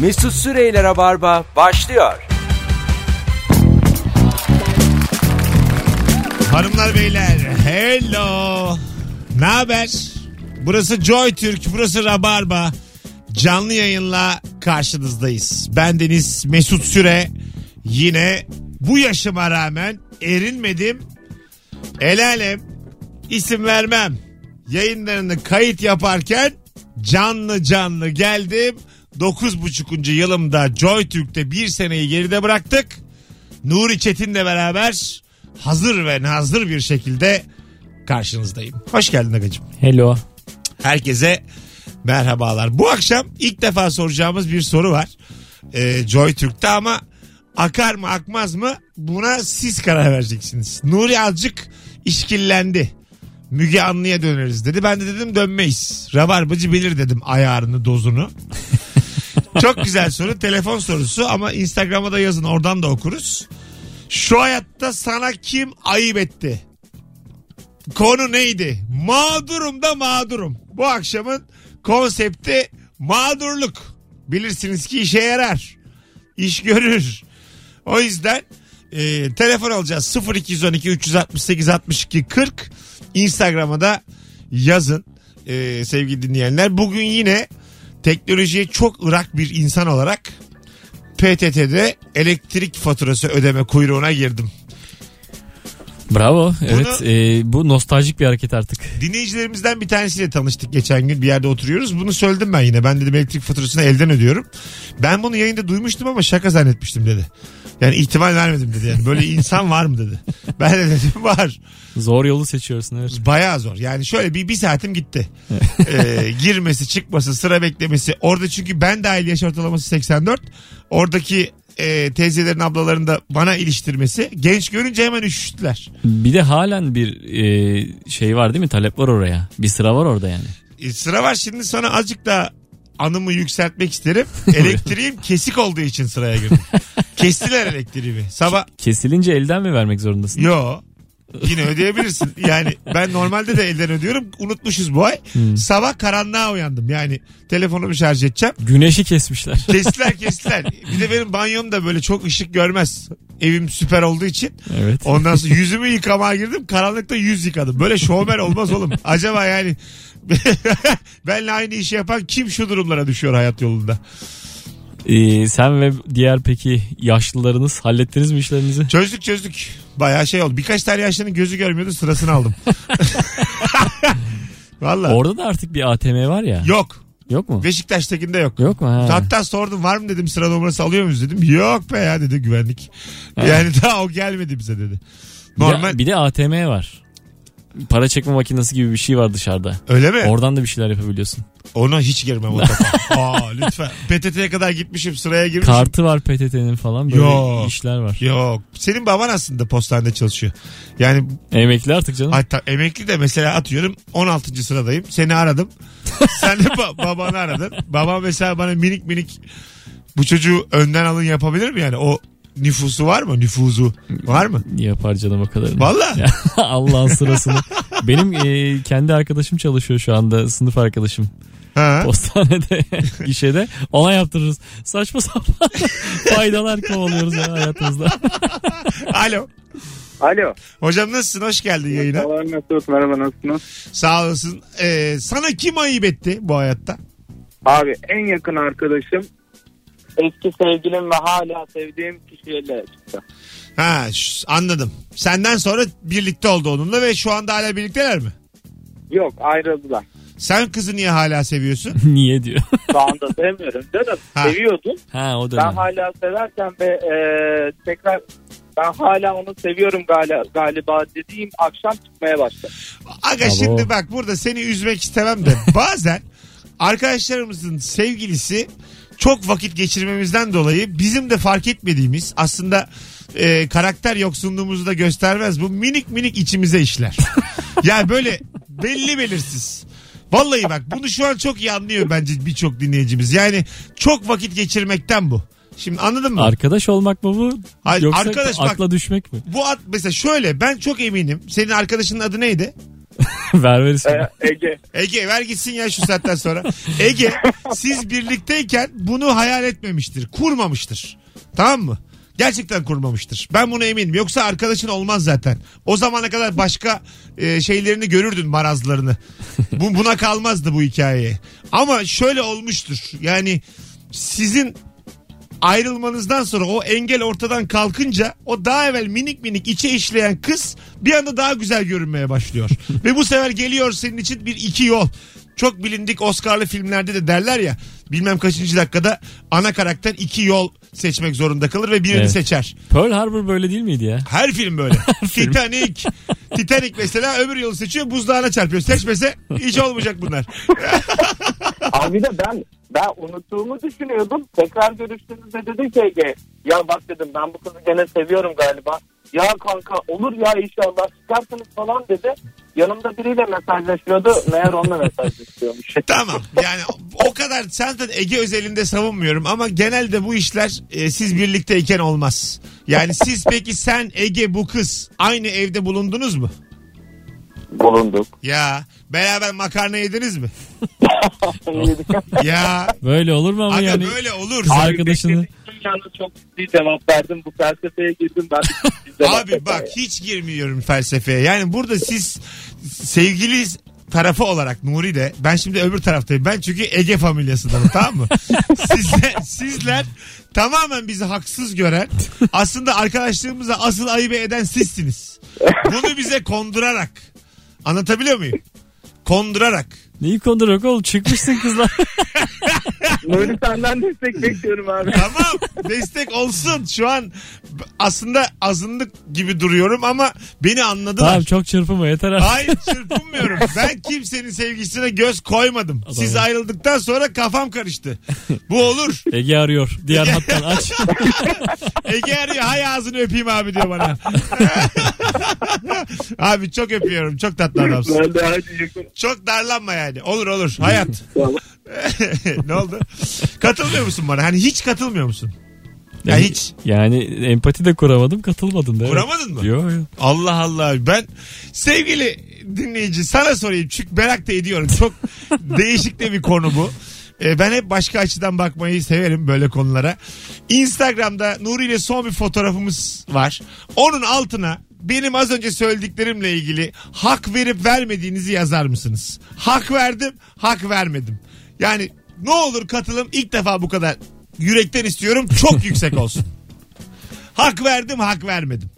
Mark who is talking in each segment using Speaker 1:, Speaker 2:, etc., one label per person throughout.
Speaker 1: Mesut Süreyler'e barba başlıyor.
Speaker 2: Hanımlar beyler hello. Ne haber? Burası Joy Türk, burası Rabarba. Canlı yayınla karşınızdayız. Ben Deniz Mesut Süre. Yine bu yaşıma rağmen erinmedim. El alem isim vermem. Yayınlarını kayıt yaparken canlı canlı geldim. 9,5. yılımda Joy Türk'te bir seneyi geride bıraktık. Nuri Çetin'le beraber hazır ve nazır bir şekilde karşınızdayım. Hoş geldin Agacım.
Speaker 3: Hello.
Speaker 2: Herkese merhabalar. Bu akşam ilk defa soracağımız bir soru var. Ee, Joy Türk'te ama akar mı akmaz mı buna siz karar vereceksiniz. Nuri azıcık işkillendi. Müge Anlı'ya döneriz dedi. Ben de dedim dönmeyiz. Rabarbacı bilir dedim ayarını dozunu. Çok güzel soru. Telefon sorusu ama Instagram'a da yazın. Oradan da okuruz. Şu hayatta sana kim ayıp etti? Konu neydi? Mağdurum da mağdurum. Bu akşamın konsepti mağdurluk. Bilirsiniz ki işe yarar. İş görür. O yüzden e, telefon alacağız 0212 368 62 40 Instagram'a da yazın e, sevgili dinleyenler. Bugün yine teknolojiye çok ırak bir insan olarak PTT'de elektrik faturası ödeme kuyruğuna girdim.
Speaker 3: Bravo. Evet e, bu nostaljik bir hareket artık.
Speaker 2: Dinleyicilerimizden bir tanesiyle tanıştık geçen gün bir yerde oturuyoruz. Bunu söyledim ben yine. Ben dedim elektrik faturasını elden ödüyorum. Ben bunu yayında duymuştum ama şaka zannetmiştim dedi. Yani ihtimal vermedim dedi. Yani böyle insan var mı dedi. Ben de dedim var.
Speaker 3: Zor yolu seçiyorsun evet.
Speaker 2: Bayağı zor. Yani şöyle bir, bir saatim gitti. Ee, girmesi, çıkması, sıra beklemesi. Orada çünkü ben dahil yaş ortalaması 84. Oradaki e, teyzelerin ablaların da bana iliştirmesi. Genç görünce hemen üşüştüler.
Speaker 3: Bir de halen bir e, şey var değil mi? Talep var oraya. Bir sıra var orada yani.
Speaker 2: E, sıra var şimdi sana azıcık da anımı yükseltmek isterim. Elektriğim kesik olduğu için sıraya girdim. Kestiler elektriğimi. Sabah
Speaker 3: Kesilince elden mi vermek zorundasın?
Speaker 2: Yo. Yine ödeyebilirsin. Yani ben normalde de elden ödüyorum. Unutmuşuz bu ay. Sabah karanlığa uyandım. Yani telefonumu şarj edeceğim.
Speaker 3: Güneşi kesmişler.
Speaker 2: Kestiler kestiler. Bir de benim banyom da böyle çok ışık görmez. Evim süper olduğu için.
Speaker 3: Evet.
Speaker 2: Ondan sonra yüzümü yıkamaya girdim. Karanlıkta yüz yıkadım. Böyle şovmen olmaz oğlum. Acaba yani benle aynı işi yapan kim şu durumlara düşüyor hayat yolunda?
Speaker 3: E, sen ve diğer peki yaşlılarınız hallettiniz mi işlerinizi?
Speaker 2: Çözdük çözdük. Bayağı şey oldu. Birkaç tane yaşlının gözü görmüyordu sırasını aldım. Valla.
Speaker 3: Orada da artık bir ATM var ya.
Speaker 2: Yok.
Speaker 3: Yok mu?
Speaker 2: Beşiktaş'takinde yok.
Speaker 3: Yok mu? Ha.
Speaker 2: Hatta sordum var mı dedim sıra numarası alıyor muyuz dedim. Yok be ya dedi güvenlik. Yani daha o gelmedi bize dedi.
Speaker 3: Bir de-
Speaker 2: Normal.
Speaker 3: Bir de ATM var. Para çekme makinesi gibi bir şey var dışarıda.
Speaker 2: Öyle mi?
Speaker 3: Oradan da bir şeyler yapabiliyorsun.
Speaker 2: Ona hiç girmem o topa. Aa lütfen. PTT'ye kadar gitmişim sıraya girmişim.
Speaker 3: Kartı var PTT'nin falan böyle
Speaker 2: Yok.
Speaker 3: işler var.
Speaker 2: Yok. Senin baban aslında postanede çalışıyor. Yani
Speaker 3: Emekli artık canım.
Speaker 2: hatta emekli de mesela atıyorum 16. sıradayım. Seni aradım. Sen de ba- babanı aradın. Babam mesela bana minik minik bu çocuğu önden alın yapabilir mi yani? O nüfusu var mı? Nüfuzu var mı?
Speaker 3: Yapar canım o kadarını.
Speaker 2: Valla.
Speaker 3: Ya, Allah'ın sırasını. Benim e, kendi arkadaşım çalışıyor şu anda sınıf arkadaşım.
Speaker 2: Ha.
Speaker 3: Postanede, gişede. Ona yaptırırız. Saçma sapan faydalar kovalıyoruz ya hayatımızda.
Speaker 2: Alo.
Speaker 4: Alo.
Speaker 2: Hocam nasılsın? Hoş geldin yayına.
Speaker 4: Merhabalar Mesut. Merhaba nasılsınız?
Speaker 2: Sağ olasın. Ee, sana kim ayıp etti bu hayatta?
Speaker 4: Abi en yakın arkadaşım eski sevgilim ve hala sevdiğim kişiyle çıktı.
Speaker 2: Ha ş- anladım. Senden sonra birlikte oldu onunla ve şu anda hala birlikteler mi?
Speaker 4: Yok ayrıldılar.
Speaker 2: Sen kızı niye hala seviyorsun?
Speaker 3: Niye diyor.
Speaker 4: Şu anda sevmiyorum. Canım
Speaker 2: Ha.
Speaker 4: seviyordum.
Speaker 3: Ha o
Speaker 4: Ben
Speaker 3: dönem.
Speaker 4: hala severken ve e, tekrar ben hala onu seviyorum galiba, galiba dediğim akşam çıkmaya başladı.
Speaker 2: Aga
Speaker 3: Bravo.
Speaker 2: şimdi bak burada seni üzmek istemem de bazen arkadaşlarımızın sevgilisi çok vakit geçirmemizden dolayı bizim de fark etmediğimiz aslında e, karakter yoksunluğumuzu da göstermez. Bu minik minik içimize işler. ya böyle belli belirsiz. Vallahi bak bunu şu an çok iyi anlıyor bence birçok dinleyicimiz. Yani çok vakit geçirmekten bu. Şimdi anladın mı?
Speaker 3: Arkadaş olmak mı bu?
Speaker 2: Hayır,
Speaker 3: Yoksa
Speaker 2: arkadaş bak-
Speaker 3: akla düşmek mi?
Speaker 2: bu at mesela şöyle ben çok eminim. Senin arkadaşının adı neydi?
Speaker 3: Ver ver
Speaker 4: Ee, Ege.
Speaker 2: Ege ver gitsin ya şu saatten sonra. Ege siz birlikteyken bunu hayal etmemiştir. Kurmamıştır. Tamam mı? Gerçekten kurmamıştır. Ben buna eminim. Yoksa arkadaşın olmaz zaten. O zamana kadar başka e, şeylerini görürdün marazlarını. Bu, buna kalmazdı bu hikaye. Ama şöyle olmuştur. Yani sizin ayrılmanızdan sonra o engel ortadan kalkınca o daha evvel minik minik içe işleyen kız bir anda daha güzel görünmeye başlıyor. Ve bu sefer geliyor senin için bir iki yol. Çok bilindik Oscar'lı filmlerde de derler ya bilmem kaçıncı dakikada ana karakter iki yol seçmek zorunda kalır ve birini
Speaker 3: Evet.
Speaker 2: seçer.
Speaker 3: Pearl Harbor böyle değil miydi ya?
Speaker 2: Her film böyle. Titanic. Titanic mesela öbür yolu seçiyor buzdağına çarpıyor. Seçmese hiç olmayacak bunlar.
Speaker 4: Abi de ben ben unuttuğumu düşünüyordum. Tekrar görüştüğümüzde dedim ki Ege ya bak dedim ben bu kızı gene seviyorum galiba. Ya kanka olur ya inşallah çıkarsınız falan dedi. Yanımda biriyle mesajlaşıyordu. Meğer onunla mesajlaşıyormuş.
Speaker 2: Tamam yani o kadar zaten Ege özelinde savunmuyorum ama genelde bu işler e, siz birlikteyken olmaz. Yani siz peki sen Ege bu kız aynı evde bulundunuz mu?
Speaker 4: Bulunduk.
Speaker 2: Ya beraber makarna yediniz mi? Ya
Speaker 3: Böyle olur mu ama
Speaker 2: aga
Speaker 3: yani?
Speaker 2: böyle olur.
Speaker 3: Abi Arkadaşını-
Speaker 4: bekledim, Yalnız çok ciddi cevap verdim. Bu felsefeye girdim ben. de çok ciddi cevap
Speaker 2: Abi bak
Speaker 4: verdim.
Speaker 2: hiç girmiyorum felsefeye. Yani burada siz sevgili tarafı olarak Nuri de ben şimdi öbür taraftayım. Ben çünkü Ege familyasındanım tamam mı? Sizler, sizler tamamen bizi haksız gören aslında arkadaşlığımıza asıl ayıp eden sizsiniz. Bunu bize kondurarak anlatabiliyor muyum? Kondurarak.
Speaker 3: Neyi konduruyor oğlum? Çıkmışsın kızlar.
Speaker 4: Nuri senden destek bekliyorum abi.
Speaker 2: Tamam destek olsun şu an aslında azınlık gibi duruyorum ama beni anladılar.
Speaker 3: tamam çok çırpınma yeter artık.
Speaker 2: Hayır çırpınmıyorum. Ben kimsenin sevgisine göz koymadım. Siz ayrıldıktan sonra kafam karıştı. Bu olur.
Speaker 3: Ege arıyor. Diğer hattan aç.
Speaker 2: Ege arıyor. Hay ağzını öpeyim abi diyor bana. abi çok öpüyorum. Çok tatlı adamsın.
Speaker 4: Ben de hadi yakın.
Speaker 2: Çok darlanma yani. Olur olur. Hayat. ne oldu? Katılmıyor musun bana? Hani hiç katılmıyor musun? Ya hiç.
Speaker 3: Yani empati de kuramadım katılmadın da. evet.
Speaker 2: Kuramadın mı?
Speaker 3: Yok yok.
Speaker 2: Allah Allah. Ben sevgili dinleyici sana sorayım. Çünkü merak da ediyorum. Çok değişik de bir konu bu. Ee, Ben hep başka açıdan bakmayı severim böyle konulara. Instagram'da Nuri ile son bir fotoğrafımız var. Onun altına benim az önce söylediklerimle ilgili hak verip vermediğinizi yazar mısınız? Hak verdim, hak vermedim. Yani ne olur katılım ilk defa bu kadar yürekten istiyorum. Çok yüksek olsun. Hak verdim hak vermedim.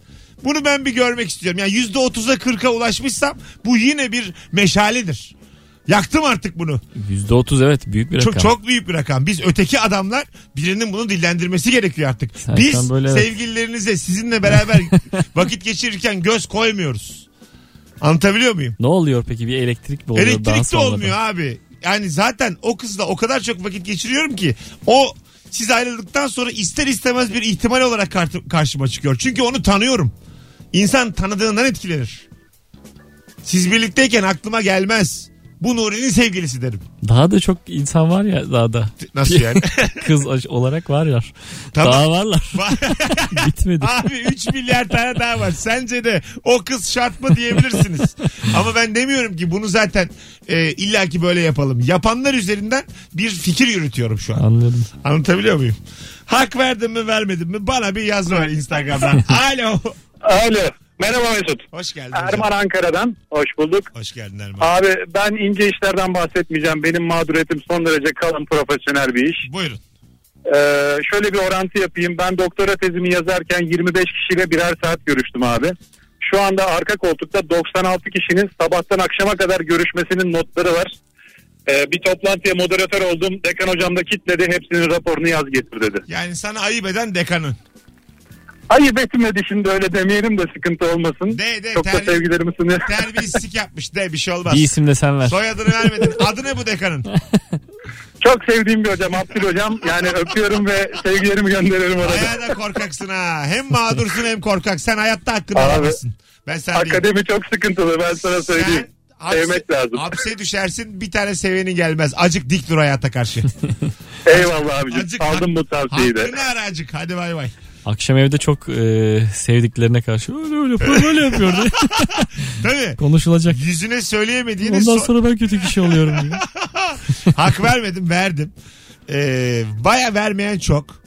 Speaker 2: Bunu ben bir görmek istiyorum. Yani yüzde otuza kırka ulaşmışsam bu yine bir meşaledir. Yaktım artık bunu.
Speaker 3: %30 evet büyük bir rakam.
Speaker 2: Çok çok büyük bir rakam. Biz öteki adamlar birinin bunu dillendirmesi gerekiyor artık.
Speaker 3: Serkan
Speaker 2: Biz
Speaker 3: böyle evet.
Speaker 2: sevgililerinize sizinle beraber vakit geçirirken göz koymuyoruz. Anlatabiliyor muyum?
Speaker 3: Ne oluyor peki bir elektrik mi oluyor? daha
Speaker 2: Elektrik de
Speaker 3: sonradan?
Speaker 2: olmuyor abi. Yani zaten o kızla o kadar çok vakit geçiriyorum ki o siz ayrıldıktan sonra ister istemez bir ihtimal olarak kart- karşıma çıkıyor. Çünkü onu tanıyorum. İnsan tanıdığından etkilenir. Siz birlikteyken aklıma gelmez. Bu Nuri'nin sevgilisi derim.
Speaker 3: Daha da çok insan var ya daha da.
Speaker 2: Nasıl yani?
Speaker 3: Kız aş- olarak varlar.
Speaker 2: Tamam.
Speaker 3: Daha varlar. Bitmedi.
Speaker 2: Abi 3 milyar tane daha var. Sence de o kız şart mı diyebilirsiniz. Ama ben demiyorum ki bunu zaten e, illaki böyle yapalım. Yapanlar üzerinden bir fikir yürütüyorum şu an.
Speaker 3: Anladım.
Speaker 2: Anlatabiliyor muyum? Hak verdim mi vermedim mi bana bir yazma ver Instagram'dan. Alo.
Speaker 5: Alo. Merhaba Mesut.
Speaker 2: Hoş geldin. hocam.
Speaker 5: Erman Ankara'dan. Hoş bulduk.
Speaker 2: Hoş geldin Erman.
Speaker 5: Abi ben ince işlerden bahsetmeyeceğim. Benim mağduriyetim son derece kalın profesyonel bir iş.
Speaker 2: Buyurun.
Speaker 5: Ee, şöyle bir orantı yapayım. Ben doktora tezimi yazarken 25 kişiyle birer saat görüştüm abi. Şu anda arka koltukta 96 kişinin sabahtan akşama kadar görüşmesinin notları var. Ee, bir toplantıya moderatör oldum. Dekan hocam da kitledi. Hepsinin raporunu yaz getir dedi.
Speaker 2: Yani sana ayıp eden dekanın.
Speaker 5: Ayıp etmedi şimdi öyle demeyelim de sıkıntı olmasın.
Speaker 2: De, de,
Speaker 5: Çok da
Speaker 2: terbiye-
Speaker 5: sevgilerimi sunuyorum.
Speaker 2: Terbiyesizlik yapmış de bir şey olmaz.
Speaker 3: Bir isim de sen ver.
Speaker 2: Soyadını vermedin. Adı ne bu dekanın?
Speaker 5: Çok sevdiğim bir hocam Abdül hocam. Yani öpüyorum ve sevgilerimi gönderiyorum orada.
Speaker 2: Bayağı da korkaksın ha. Hem mağdursun hem korkak. Sen hayatta hakkını
Speaker 5: Abi.
Speaker 2: alamazsın. Ben sen değilim.
Speaker 5: Akademi çok sıkıntılı ben sana söyleyeyim.
Speaker 2: hapse-
Speaker 5: Sevmek lazım.
Speaker 2: Hapse düşersin bir tane seveni gelmez. Acık dik dur hayata karşı.
Speaker 5: Eyvallah abicim.
Speaker 2: Azıcık
Speaker 5: Aldım
Speaker 2: hak-
Speaker 5: bu tavsiyeyi de.
Speaker 2: Hakkını ara acık. Hadi bay bay.
Speaker 3: Akşam evde çok e, sevdiklerine karşı öyle öyle yapıyor, böyle yapıyor diye
Speaker 2: Tabii.
Speaker 3: konuşulacak.
Speaker 2: Yüzüne söyleyemediğini
Speaker 3: Ondan
Speaker 2: son-
Speaker 3: sonra ben kötü kişi oluyorum diye.
Speaker 2: hak vermedim verdim. Ee, Baya vermeyen çok.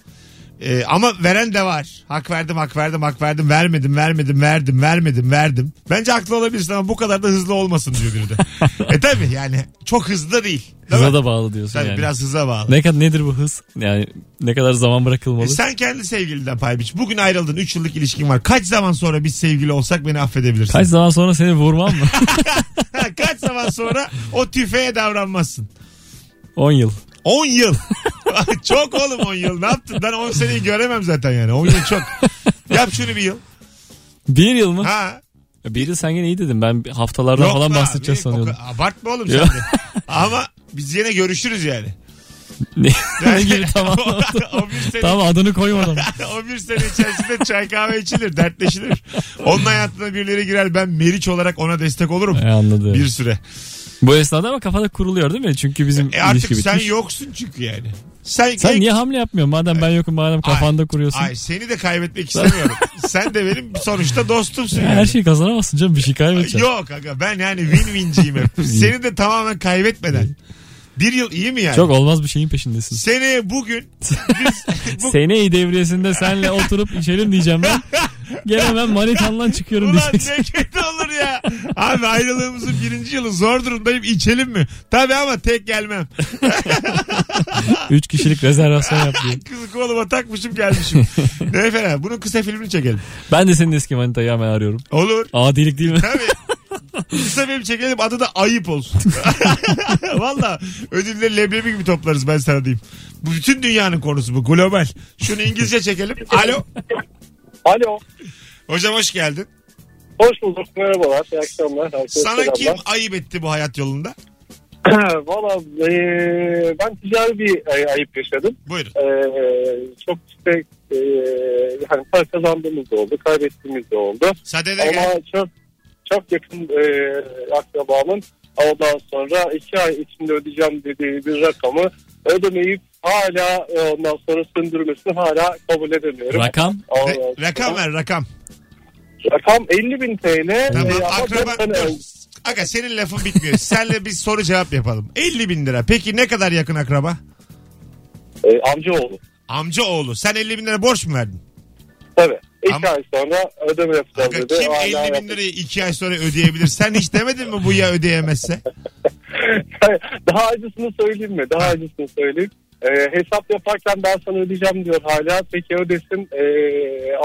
Speaker 2: Ee, ama veren de var. Hak verdim, hak verdim, hak verdim, vermedim, vermedim, verdim, vermedim, verdim. Bence haklı olabilirsin ama bu kadar da hızlı olmasın diyor biri de. e tabi yani çok hızlı da değil. değil mi?
Speaker 3: Hıza da bağlı diyorsun
Speaker 2: Tabii
Speaker 3: yani.
Speaker 2: biraz hıza bağlı.
Speaker 3: Ne kadar nedir bu hız? Yani ne kadar zaman bırakılmalı?
Speaker 2: E sen kendi sevgilinden pay biç. Bugün ayrıldın. 3 yıllık ilişkin var. Kaç zaman sonra biz sevgili olsak beni affedebilirsin?
Speaker 3: Kaç zaman sonra seni vurmam mı?
Speaker 2: Ha, Kaç zaman sonra o tüfeğe davranmazsın?
Speaker 3: 10 yıl.
Speaker 2: 10 yıl. çok oğlum 10 yıl. Ne yaptın? Ben 10 seneyi göremem zaten yani. 10 yıl çok. Yap şunu bir yıl.
Speaker 3: Bir yıl mı?
Speaker 2: Ha.
Speaker 3: Bir yıl sen gene iyi dedin. Ben bir haftalardan
Speaker 2: Yok
Speaker 3: falan
Speaker 2: be
Speaker 3: bahsedeceğiz
Speaker 2: abi,
Speaker 3: sanıyordum.
Speaker 2: o kadar- Abartma oğlum sen
Speaker 3: Yok.
Speaker 2: de. Ama biz yine görüşürüz yani.
Speaker 3: Ne, ne gibi tamam.
Speaker 2: o, o bir sene
Speaker 3: tamam adını koymadım.
Speaker 2: o bir sene içerisinde çay kahve içilir, dertleşilir. Onun hayatına birileri girer. Ben Meriç olarak ona destek olurum.
Speaker 3: E, anladım.
Speaker 2: Bir süre.
Speaker 3: Bu esnada ama kafada kuruluyor değil mi? Çünkü bizim
Speaker 2: E artık
Speaker 3: ilişki bitmiş.
Speaker 2: sen yoksun çünkü yani. Sen,
Speaker 3: Sen niye hamle yapmıyorsun? Madem ben yokum madem kafanda kuruyorsun.
Speaker 2: Ay seni de kaybetmek istemiyorum. sen de benim sonuçta dostumsun.
Speaker 3: Ya
Speaker 2: yani.
Speaker 3: Her şeyi kazanamazsın canım bir şey kaybedeceksin.
Speaker 2: Yok aga ben yani win-win'ciyim hep. Seni de tamamen kaybetmeden. Bir yıl iyi mi yani?
Speaker 3: Çok olmaz bir şeyin peşindesin.
Speaker 2: Seneye bugün biz bu,
Speaker 3: Seneyi devriyesinde senle oturup içelim diyeceğim ben. Gene ben manitanla çıkıyorum
Speaker 2: Ulan
Speaker 3: diyeceksin.
Speaker 2: ne kötü olur ya. Abi ayrılığımızın birinci yılı zor durumdayım içelim mi? Tabii ama tek gelmem.
Speaker 3: Üç kişilik rezervasyon yap diye.
Speaker 2: Kızı koluma takmışım gelmişim. ne fena bunun kısa filmini çekelim.
Speaker 3: Ben de senin eski manitayı hemen arıyorum.
Speaker 2: Olur.
Speaker 3: Adilik değil mi?
Speaker 2: Tabii. Kısa film çekelim adı da ayıp olsun. Valla ödülleri leblebi gibi toplarız ben sana diyeyim. Bu bütün dünyanın konusu bu global. Şunu İngilizce çekelim. Alo.
Speaker 4: Alo.
Speaker 2: Hocam hoş geldin.
Speaker 4: Hoş bulduk. Merhabalar. İyi akşamlar. Herkese
Speaker 2: Sana
Speaker 4: selamlar.
Speaker 2: kim ayıp etti bu hayat yolunda?
Speaker 4: Valla e, ben ticari bir e, ayıp yaşadım.
Speaker 2: Buyurun.
Speaker 4: E, çok işte e, yani para kazandığımız da oldu. Kaybettiğimiz de oldu.
Speaker 2: Sadede gel.
Speaker 4: Ama çok çok yakın e, akrabamın ondan sonra iki ay içinde ödeyeceğim dediği bir rakamı ödemeyip hala e, ondan sonra sündürmesini hala kabul edemiyorum.
Speaker 3: Rakam.
Speaker 4: Ondan
Speaker 2: Re-
Speaker 4: sonra-
Speaker 2: rakam ver rakam.
Speaker 4: Rakam 50 bin TL.
Speaker 2: Tamam
Speaker 4: E, ama dört
Speaker 2: akraban.
Speaker 4: sene
Speaker 2: Dur.
Speaker 4: önce.
Speaker 2: Aga senin lafın bitmiyor. Senle biz soru cevap yapalım. 50 bin lira. Peki ne kadar yakın akraba?
Speaker 4: E, amcaoğlu.
Speaker 2: Amca oğlu. Sen 50 bin lira borç mu verdin?
Speaker 4: Tabii. İki
Speaker 2: Ama-
Speaker 4: ay sonra ödeme yapacağız
Speaker 2: Aga,
Speaker 4: dedi.
Speaker 2: kim
Speaker 4: Hala
Speaker 2: 50 bin
Speaker 4: yapmadı.
Speaker 2: lirayı 2 ay sonra ödeyebilir? Sen hiç demedin mi bu ya ödeyemezse?
Speaker 4: Daha acısını söyleyeyim mi? Daha acısını söyleyeyim. Ee, hesap yaparken ben sana ödeyeceğim diyor hala. Peki ödesin. Ee,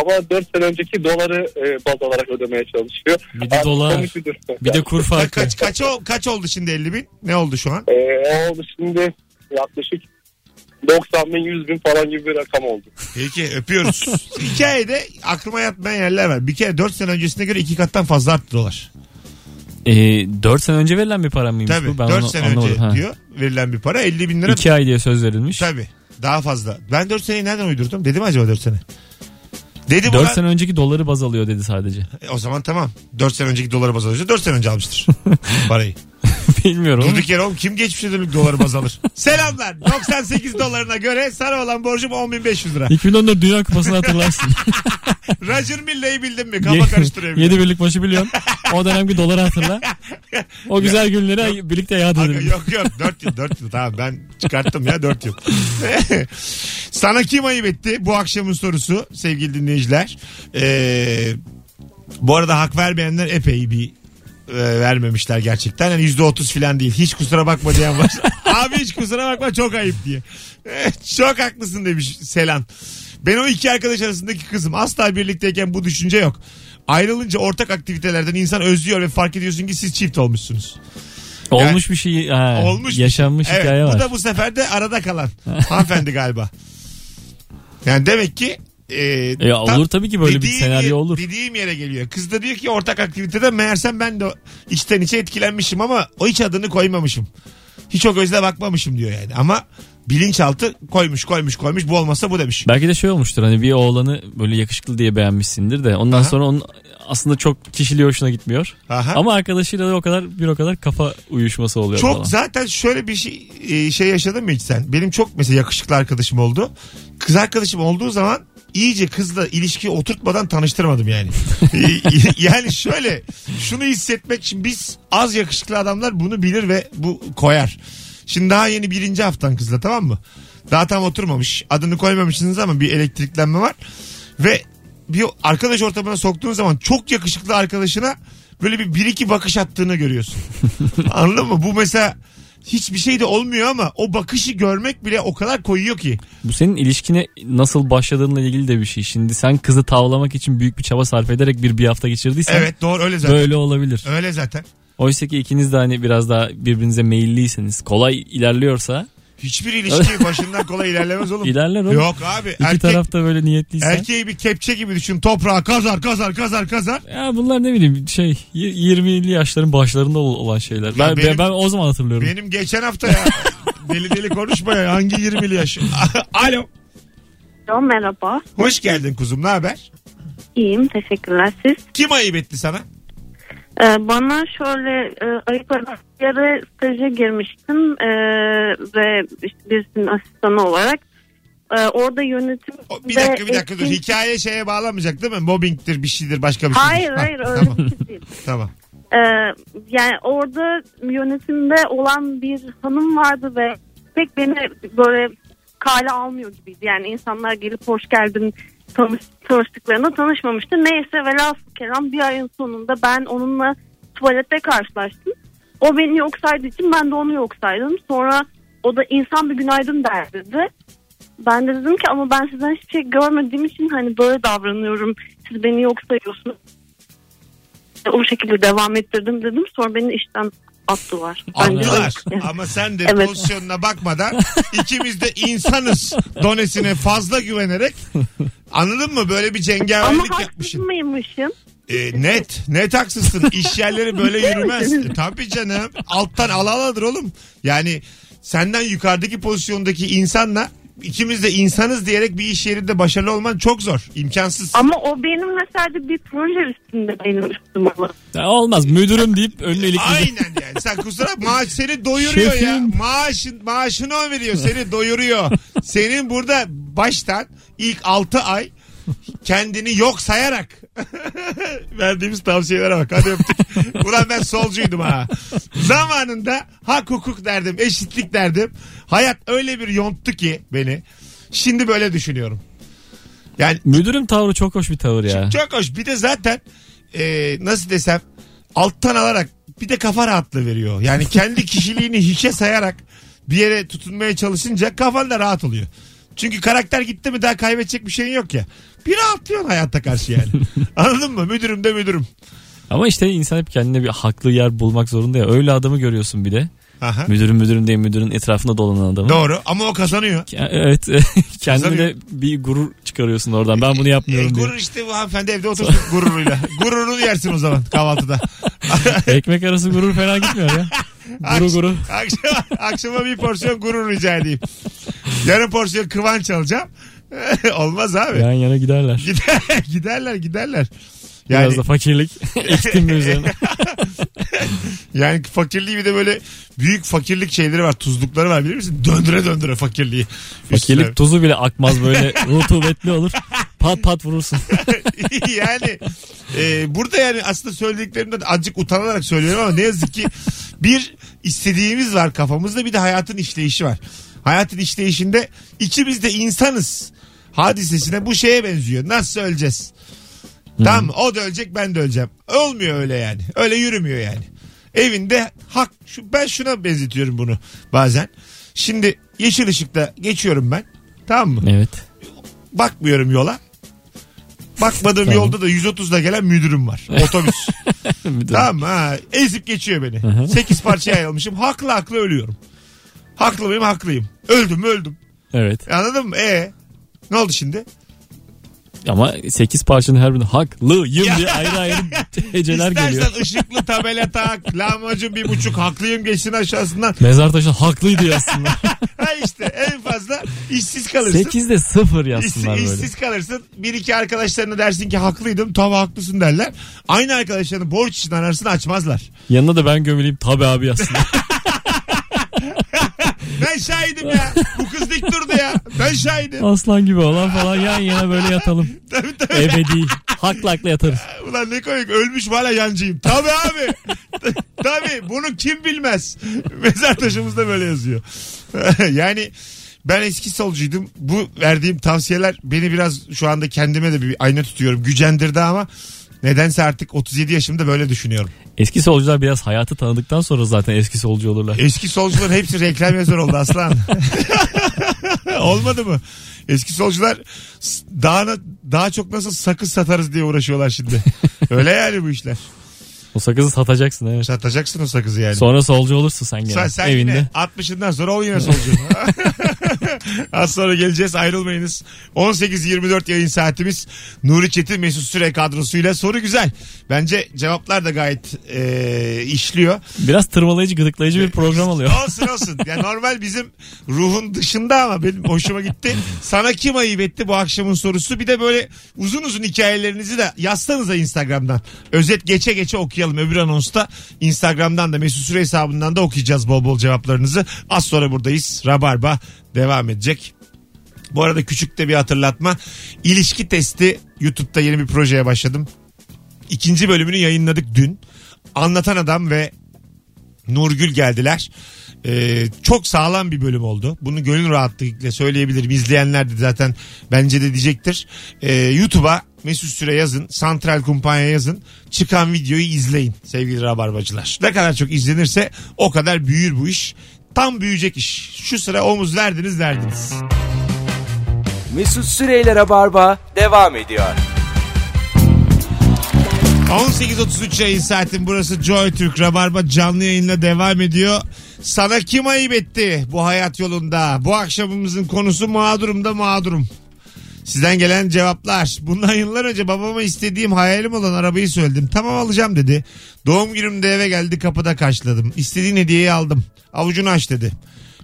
Speaker 4: ama 4 sene önceki doları e, baz alarak ödemeye çalışıyor.
Speaker 3: Bir de
Speaker 4: Abi,
Speaker 3: dolar.
Speaker 4: komik Bir, durum.
Speaker 3: Bir de kur
Speaker 2: Ka-
Speaker 3: farkı.
Speaker 2: kaç, kaç, ol- kaç oldu şimdi 50 bin? Ne oldu şu an?
Speaker 4: Ee, oldu şimdi yaklaşık 90 bin 100 bin falan gibi bir rakam oldu.
Speaker 2: Peki öpüyoruz. Hikayede aklıma yatmayan yerler var. Bir kere 4 sene öncesine göre 2 kattan fazla arttı dolar.
Speaker 3: Ee, 4 sene önce verilen bir para mıymış
Speaker 2: Tabii
Speaker 3: bu? Ben
Speaker 2: 4
Speaker 3: onu
Speaker 2: sene
Speaker 3: anlamadım.
Speaker 2: önce
Speaker 3: Ha.
Speaker 2: diyor verilen bir para 50 bin lira.
Speaker 3: İki ay diye söz verilmiş.
Speaker 2: Tabii daha fazla. Ben 4 seneyi nereden uydurdum? Dedim acaba 4 sene? Dedi bu
Speaker 3: 4
Speaker 2: lan-
Speaker 3: sene önceki doları baz alıyor dedi sadece.
Speaker 2: E, O zaman tamam. 4 sene önceki doları baz alıyorsa 4 sene önce almıştır parayı.
Speaker 3: Bilmiyorum.
Speaker 2: Durduk yere oğlum kim geçmişe dönük doları baz alır? Selamlar. 98 dolarına göre sana olan borcum 10.500 lira.
Speaker 3: 2014 Dünya Kupası'nı hatırlarsın.
Speaker 2: Roger Miller'i bildin mi? Kafa karıştırıyor.
Speaker 3: 7 birlik başı biliyorsun. O dönemki doları hatırla. O güzel günleri birlikte yad
Speaker 2: Aga,
Speaker 3: edelim.
Speaker 2: yok yok 4 yıl 4 yıl tamam ben çıkarttım ya 4 yıl. Sana kim ayıp etti bu akşamın sorusu sevgili dinleyiciler. Ee, bu arada hak vermeyenler epey bir e, vermemişler gerçekten. Hani Yani %30 falan değil. Hiç kusura bakma diyen var. Abi hiç kusura bakma çok ayıp diye. çok haklısın demiş Selan. Ben o iki arkadaş arasındaki kızım. Asla birlikteyken bu düşünce yok. Ayrılınca ortak aktivitelerden insan özlüyor ve fark ediyorsun ki siz çift olmuşsunuz.
Speaker 3: Olmuş bir şey. Ha,
Speaker 2: Olmuş. şey.
Speaker 3: Yaşanmış
Speaker 2: Evet,
Speaker 3: hikaye var.
Speaker 2: Bu da bu sefer de arada kalan hanımefendi galiba. Yani demek ki e,
Speaker 3: Ya
Speaker 2: tam
Speaker 3: olur tabii ki böyle bir
Speaker 2: dediğim
Speaker 3: senaryo
Speaker 2: yer-
Speaker 3: olur.
Speaker 2: Dediğim yere geliyor. Kız da diyor ki ortak aktivitede meğersem ben de içten içe etkilenmişim ama o hiç adını koymamışım. Hiç o gözle bakmamışım diyor yani. Ama bilinçaltı koymuş koymuş koymuş bu olmasa bu demiş.
Speaker 3: Belki de şey olmuştur hani bir oğlanı böyle yakışıklı diye beğenmişsindir de ondan
Speaker 2: Aha.
Speaker 3: sonra onun aslında çok kişiliği hoşuna gitmiyor.
Speaker 2: Aha.
Speaker 3: Ama arkadaşıyla da o kadar bir o kadar kafa uyuşması oluyor
Speaker 2: Çok
Speaker 3: falan.
Speaker 2: zaten şöyle bir şey e, şey yaşadın mı hiç sen? Benim çok mesela yakışıklı arkadaşım oldu. Kız arkadaşım olduğu zaman iyice kızla ilişki oturtmadan tanıştırmadım yani. E, yani şöyle şunu hissetmek için biz az yakışıklı adamlar bunu bilir ve bu koyar. Şimdi daha yeni birinci haftan kızla tamam mı? Daha tam oturmamış. Adını koymamışsınız ama bir elektriklenme var. Ve bir arkadaş ortamına soktuğun zaman çok yakışıklı arkadaşına böyle bir, bir iki bakış attığını görüyorsun. Anladın mı? Bu mesela hiçbir şey de olmuyor ama o bakışı görmek bile o kadar koyuyor ki.
Speaker 3: Bu senin ilişkine nasıl başladığınla ilgili de bir şey. Şimdi sen kızı tavlamak için büyük bir çaba sarf ederek bir bir hafta geçirdiysen
Speaker 2: Evet doğru öyle zaten.
Speaker 3: böyle olabilir.
Speaker 2: Öyle zaten.
Speaker 3: Oysa ki ikiniz de hani biraz daha birbirinize meyilliyseniz kolay ilerliyorsa
Speaker 2: Hiçbir ilişki başından kolay ilerlemez oğlum.
Speaker 3: ilerler oğlum.
Speaker 2: Yok abi.
Speaker 3: İki
Speaker 2: erkek,
Speaker 3: taraf da böyle niyetliyse.
Speaker 2: Erkeği bir kepçe gibi düşün. Toprağa kazar kazar kazar kazar.
Speaker 3: Ya bunlar ne bileyim şey y- 20'li yaşların başlarında ol- olan şeyler. Ben,
Speaker 2: benim-
Speaker 3: ben, ben o zaman hatırlıyorum.
Speaker 2: Benim geçen hafta ya. deli deli konuşma ya. Hangi 20'li yaş? Alo.
Speaker 6: Alo, merhaba.
Speaker 2: Hoş geldin kuzum. Ne haber?
Speaker 6: İyiyim, teşekkürler siz.
Speaker 2: Kim ayıp etti sana?
Speaker 6: Ee, bana şöyle e, ayıp olan bir yere staja girmiştim ee, ve işte birisinin asistanı olarak. Ee, orada yönetim...
Speaker 2: O, bir dakika
Speaker 6: ve
Speaker 2: bir dakika dur.
Speaker 6: etkin-
Speaker 2: Hikaye şeye bağlanmayacak değil mi? Mobbingtir bir şeydir başka bir şeydir.
Speaker 6: Hayır
Speaker 2: Ha,
Speaker 6: hayır öyle
Speaker 2: Tamam
Speaker 6: bir şey değil.
Speaker 2: tamam.
Speaker 6: Ee, yani orada yönetimde olan bir hanım vardı ve pek beni böyle kale almıyor gibiydi. Yani insanlar gelip hoş geldin tanış, tanıştıklarında tanışmamıştı. Neyse velhasıl kelam bir ayın sonunda ben onunla tuvalette karşılaştım. O beni yok saydığı için ben de onu yok saydım. Sonra o da insan bir günaydın der dedi. Ben de dedim ki ama ben sizden hiçbir şey görmediğim için hani böyle davranıyorum. Siz beni yok sayıyorsunuz. O şekilde devam ettirdim dedim. Sonra beni işten attılar. Ben de-
Speaker 2: Anlar. Ama sen de
Speaker 6: Evet.
Speaker 2: pozisyonuna bakmadan ikimiz de insanız donesine fazla güvenerek anladın mı? Böyle bir
Speaker 6: Ama
Speaker 2: cengaverlik
Speaker 6: haksız
Speaker 2: yapmışsın.
Speaker 6: mıymışım?
Speaker 2: E, net. Net haksızsın. İş yerleri böyle yürümez. E, tabii canım. Alttan alaladır oğlum. Yani senden yukarıdaki pozisyondaki insanla ikimiz de insanız diyerek bir iş yerinde başarılı olman çok zor. İmkansız.
Speaker 6: Ama o benim mesela bir proje üstünde benim üstüm olan.
Speaker 3: Ya olmaz müdürüm deyip önüne ilik
Speaker 2: Aynen yani. Sen kusura bakma, maaş seni doyuruyor ya.
Speaker 3: Şefim.
Speaker 2: Maaşın maaşını o veriyor. Seni doyuruyor. Senin burada baştan ilk 6 ay kendini yok sayarak verdiğimiz tavsiyelere bak. Hadi öptük. Ulan ben solcuydum ha. Zamanında hak hukuk derdim, eşitlik derdim. Hayat öyle bir yonttu ki beni. Şimdi böyle düşünüyorum. Yani
Speaker 3: Müdürüm tavrı çok hoş bir tavır ya.
Speaker 2: çok hoş. Bir de zaten e, nasıl desem alttan alarak bir de kafa rahatlığı veriyor. Yani kendi kişiliğini hiçe sayarak bir yere tutunmaya çalışınca kafan da rahat oluyor. Çünkü karakter gitti mi daha kaybedecek bir şeyin yok ya. Bir rahatlıyorsun hayata karşı yani. Anladın mı? Müdürüm de müdürüm.
Speaker 3: Ama işte insan hep kendine bir haklı yer bulmak zorunda ya. Öyle adamı görüyorsun bir de.
Speaker 2: Aha.
Speaker 3: Müdürüm müdürüm diye müdürün etrafında dolanan adamı.
Speaker 2: Doğru ama o kazanıyor.
Speaker 3: Ke- Evet. Kendine de
Speaker 2: Kazanıyor.
Speaker 3: bir gurur çıkarıyorsun oradan. Ben bunu
Speaker 2: E,
Speaker 3: yapmıyorum diye.
Speaker 2: gurur işte bu hanımefendi evde otursun gururuyla. Gururunu yersin o zaman kahvaltıda.
Speaker 3: Ekmek arası gurur fena gitmiyor ya. Guru
Speaker 2: Akş-
Speaker 3: guru.
Speaker 2: Akşama, akşama bir porsiyon gurur rica edeyim. Yarım porsiyon kıvanç alacağım. Olmaz abi.
Speaker 3: Yan yana giderler.
Speaker 2: Gider, giderler giderler.
Speaker 3: Biraz
Speaker 2: Yani,
Speaker 3: da fakirlik. Ektim mi üzerine?
Speaker 2: yani fakirliği bir de böyle büyük fakirlik şeyleri var. Tuzlukları var bilir misin? Döndüre döndüre fakirliği.
Speaker 3: Fakirlik tuzu bile akmaz böyle rutubetli olur. Pat pat vurursun.
Speaker 2: Üstüne. yani e, burada yani aslında söylediklerimden azıcık utanarak söylüyorum ama ne yazık ki bir istediğimiz var kafamızda bir de hayatın işleyişi var. Hayatın işleyişinde ikimiz de insanız hadisesine bu şeye benziyor. Nasıl öleceğiz? Tamam mı? o da ölecek ben de öleceğim. Olmuyor öyle yani. Öyle yürümüyor yani. Evinde hak şu, ben şuna benzetiyorum bunu bazen. Şimdi yeşil ışıkta geçiyorum ben. Tamam mı?
Speaker 3: Evet.
Speaker 2: Bakmıyorum yola. Bakmadığım
Speaker 3: Tamam.
Speaker 2: yolda da 130'da gelen müdürüm var. Otobüs.
Speaker 3: Müdürüm.
Speaker 2: tamam mı? Ha, ezip geçiyor beni. 8 parçaya ayrılmışım. Haklı haklı ölüyorum. Haklı mıyım? Haklıyım. Öldüm öldüm.
Speaker 3: Evet.
Speaker 2: Anladın mı? E ne oldu şimdi?
Speaker 3: Ama 8 parçanın her birinde haklıyım
Speaker 2: Ya.
Speaker 3: diye ayrı ayrı heceler
Speaker 2: İstersen
Speaker 3: geliyor.
Speaker 2: ışıklı tabela tak. Lahmacun bir buçuk haklıyım geçsin aşağısından.
Speaker 3: Mezar taşı haklıydı yazsınlar.
Speaker 2: Ha işte en fazla işsiz kalırsın.
Speaker 3: 8'de 0
Speaker 2: İşsiz,
Speaker 3: yazsınlar böyle.
Speaker 2: işsiz kalırsın. Bir iki arkadaşlarına dersin ki haklıydım. Tamam haklısın derler. Aynı arkadaşlarını borç için ararsın açmazlar.
Speaker 3: Yanına da ben gömüleyim tabi abi yazsınlar.
Speaker 2: Ben şahidim ya. Bu kız dik durdu ya. Ben şahidim.
Speaker 3: Aslan gibi olan falan yan yana böyle yatalım.
Speaker 2: tabii tabii.
Speaker 3: Ebedi. Hakla hakla yatarız.
Speaker 2: Ulan ne komik ölmüş valla yancıyım. Tabii abi. Tabii bunu kim bilmez. Mezar taşımızda böyle yazıyor. yani ben eski solcuydum. Bu verdiğim tavsiyeler beni biraz şu anda kendime de bir ayna tutuyorum. Gücendirdi ama nedense artık 37 yaşımda böyle düşünüyorum.
Speaker 3: Eski solcular biraz hayatı tanıdıktan sonra zaten eski solcu olurlar.
Speaker 2: Eski solcuların hepsi reklam yazarı oldu aslan. Olmadı mı? Eski solcular s- daha, na- daha çok nasıl sakız satarız diye uğraşıyorlar şimdi. Öyle yani bu işler.
Speaker 3: O sakızı satacaksın evet.
Speaker 2: Satacaksın o sakızı yani.
Speaker 3: Sonra solcu olursun sen gene
Speaker 2: sen, sen
Speaker 3: evinde.
Speaker 2: yine 60'ından sonra o yine solcu. Az sonra geleceğiz ayrılmayınız. 18-24 yayın saatimiz. Nuri Çetin Mesut Süre kadrosuyla soru güzel. Bence cevaplar da gayet e, işliyor.
Speaker 3: Biraz tırmalayıcı gıdıklayıcı bir program oluyor.
Speaker 2: Olsun olsun. Ya normal bizim ruhun dışında ama benim hoşuma gitti. Sana kim ayıp etti bu akşamın sorusu? Bir de böyle uzun uzun hikayelerinizi de yazsanıza Instagram'dan. Özet geçe geçe okuyalım öbür anonsta. Instagram'dan da Mesut Süre hesabından da okuyacağız bol bol cevaplarınızı. Az sonra buradayız. Rabarba devam edecek. Bu arada küçük de bir hatırlatma. İlişki testi YouTube'da yeni bir projeye başladım. İkinci bölümünü yayınladık dün. Anlatan Adam ve Nurgül geldiler. Ee, çok sağlam bir bölüm oldu. Bunu gönül rahatlığıyla söyleyebilirim. İzleyenler de zaten bence de diyecektir. Ee, YouTube'a Mesut Süre yazın. Santral Kumpanya yazın. Çıkan videoyu izleyin sevgili rabarbacılar. Ne kadar çok izlenirse o kadar büyür bu iş. Tam büyüyecek iş. Şu sıra omuz verdiniz verdiniz.
Speaker 1: Mesut Süreyler'e barba devam ediyor.
Speaker 2: 18.33 yayın saatin burası Joy Türk Rabarba canlı yayınla devam ediyor. Sana kim ayıp etti bu hayat yolunda? Bu akşamımızın konusu mağdurum da mağdurum. Sizden gelen cevaplar. Bundan yıllar önce babama istediğim hayalim olan arabayı söyledim. Tamam alacağım dedi. Doğum günümde eve geldi kapıda karşıladım. İstediğin hediyeyi aldım. Avucunu aç dedi.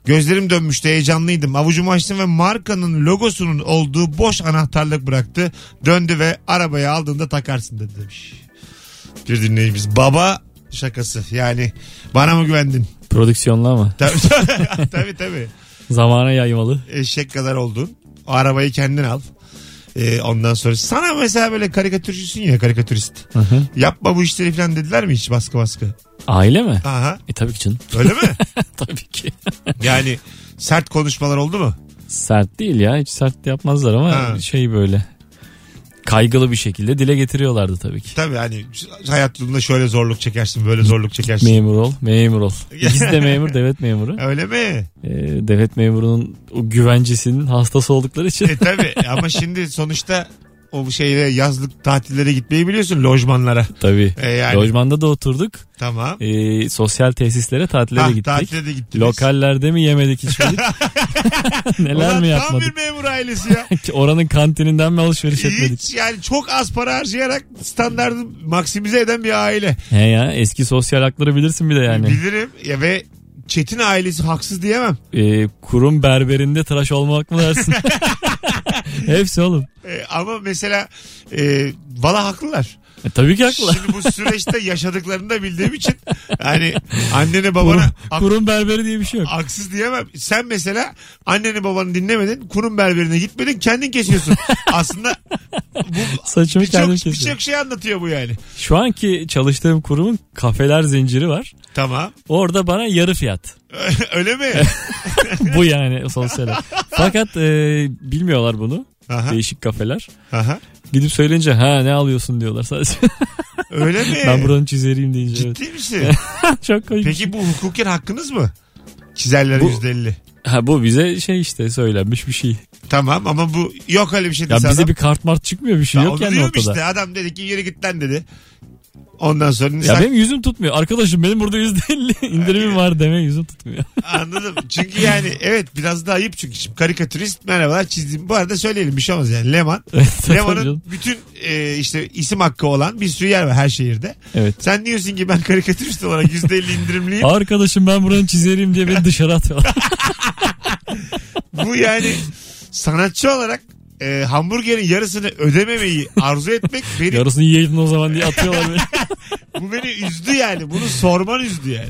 Speaker 2: Gözlerim dönmüştü heyecanlıydım. Avucumu açtım ve markanın logosunun olduğu boş anahtarlık bıraktı. Döndü ve arabayı aldığında takarsın dedi demiş. Bir dinleyicimiz. Baba şakası yani bana mı güvendin?
Speaker 3: Prodüksiyonlu ama.
Speaker 2: Tabii tabii tabii. tabii.
Speaker 3: Zamana yaymalı.
Speaker 2: Eşek kadar oldun. O arabayı kendin al. Ee, ondan sonra sana mesela böyle karikatürcüsün ya karikatürist.
Speaker 3: Hı hı.
Speaker 2: Yapma bu işleri falan dediler mi hiç baskı baskı?
Speaker 3: Aile mi?
Speaker 2: Aha
Speaker 3: E tabii ki canım.
Speaker 2: öyle mi?
Speaker 3: tabii ki.
Speaker 2: yani sert konuşmalar oldu mu?
Speaker 3: Sert değil ya. Hiç sert yapmazlar ama
Speaker 2: Ha.
Speaker 3: şey böyle. Kaygılı bir şekilde dile getiriyorlardı tabii ki.
Speaker 2: Tabii hani hayatında şöyle zorluk çekersin böyle zorluk çekersin.
Speaker 3: Memur ol, memur ol. İkisi de memur, devlet memuru.
Speaker 2: Öyle mi?
Speaker 3: Ee, devlet memurunun o güvencesinin hastası oldukları için
Speaker 2: E tabii ama şimdi sonuçta o şeyle yazlık tatillere gitmeyi biliyorsun lojmanlara.
Speaker 3: tabii.
Speaker 2: E yani
Speaker 3: Lojmanda da oturduk.
Speaker 2: tamam.
Speaker 3: Ee, sosyal tesislere tatile
Speaker 2: Ha,
Speaker 3: de gittik.
Speaker 2: tatile de gittiniz.
Speaker 3: Lokallerde mi yemedik içmedik? Neler
Speaker 2: Ulan
Speaker 3: mi
Speaker 2: Tam bir
Speaker 3: yapmadık?
Speaker 2: memur ailesi ya.
Speaker 3: Oranın kantininden mi alışveriş etmedik?
Speaker 2: Hiç yani çok az para harcayarak standartı maksimize eden bir aile.
Speaker 3: He ya eski sosyal hakları bilirsin bir de yani.
Speaker 2: Bilirim ya ve Çetin ailesi haksız diyemem.
Speaker 3: Ee, kurum berberinde tıraş olmak mı dersin? Hepsi oğlum.
Speaker 2: E, ama mesela e, valla haklılar.
Speaker 3: E, tabii ki haklı.
Speaker 2: Şimdi bu süreçte yaşadıklarını da bildiğim için hani annene
Speaker 3: Kurum,
Speaker 2: babana hak-
Speaker 3: kurum berberi diye bir şey yok.
Speaker 2: haksız diyemem. Sen mesela anneni babanı dinlemedin, kurum berberine gitmedin, kendin kesiyorsun. Aslında bu
Speaker 3: Saçımı
Speaker 2: birçok
Speaker 3: kendim kesiyorum.
Speaker 2: birçok şey anlatıyor bu yani.
Speaker 3: Şu anki çalıştığım kurumun kafeler zinciri var.
Speaker 2: Tamam.
Speaker 3: Orada bana yarı fiyat.
Speaker 2: Öyle mi?
Speaker 3: Bu yani sosyal. hak. Fakat e, bilmiyorlar bunu.
Speaker 2: Aha,
Speaker 3: Değişik kafeler.
Speaker 2: aha.
Speaker 3: Gidip söyleyince ha ne alıyorsun diyorlar sadece.
Speaker 2: Öyle mi?
Speaker 3: ben buranın çizeriyim deyince. evet.
Speaker 2: Ciddi misin?
Speaker 3: Çok komik.
Speaker 2: Peki bu hukuken hakkınız mı? Çizerlere
Speaker 3: Bu-
Speaker 2: yüzde elli.
Speaker 3: Ha, bu bize şey işte söylenmiş bir şey.
Speaker 2: Tamam ama bu yok öyle bir şey
Speaker 3: Ya
Speaker 2: dese
Speaker 3: bize
Speaker 2: adam.
Speaker 3: bir kart mart çıkmıyor bir şey
Speaker 2: Ya
Speaker 3: yok
Speaker 2: onu
Speaker 3: yani
Speaker 2: diyorum
Speaker 3: ortada.
Speaker 2: işte adam dedi ki yürü git lan dedi. Ondan sonra
Speaker 3: Ya
Speaker 2: sen
Speaker 3: benim yüzüm tutmuyor. Arkadaşım benim burada %50 indirimim var deme yüzüm tutmuyor.
Speaker 2: anladım. Çünkü yani evet biraz da ayıp çünkü şimdi karikatürist merhabalar çizdim. Bu arada söyleyelim bir şey olmaz yani Leman.
Speaker 3: Tabii
Speaker 2: Leman'ın
Speaker 3: canım.
Speaker 2: bütün e, işte isim hakkı olan bir sürü yer var her şehirde.
Speaker 3: Evet.
Speaker 2: Sen diyorsun ki ben karikatürist olarak yüzde elli indirimliyim.
Speaker 3: Arkadaşım ben buranın çizeriyim diye beni dışarı atıyorlar.
Speaker 2: bu yani sanatçı olarak e, hamburgerin yarısını ödememeyi arzu etmek benim
Speaker 3: Yarısını yiyeydin o zaman diye atıyorlar beni.
Speaker 2: Bu beni üzdü yani. Bunu sorman üzdü yani.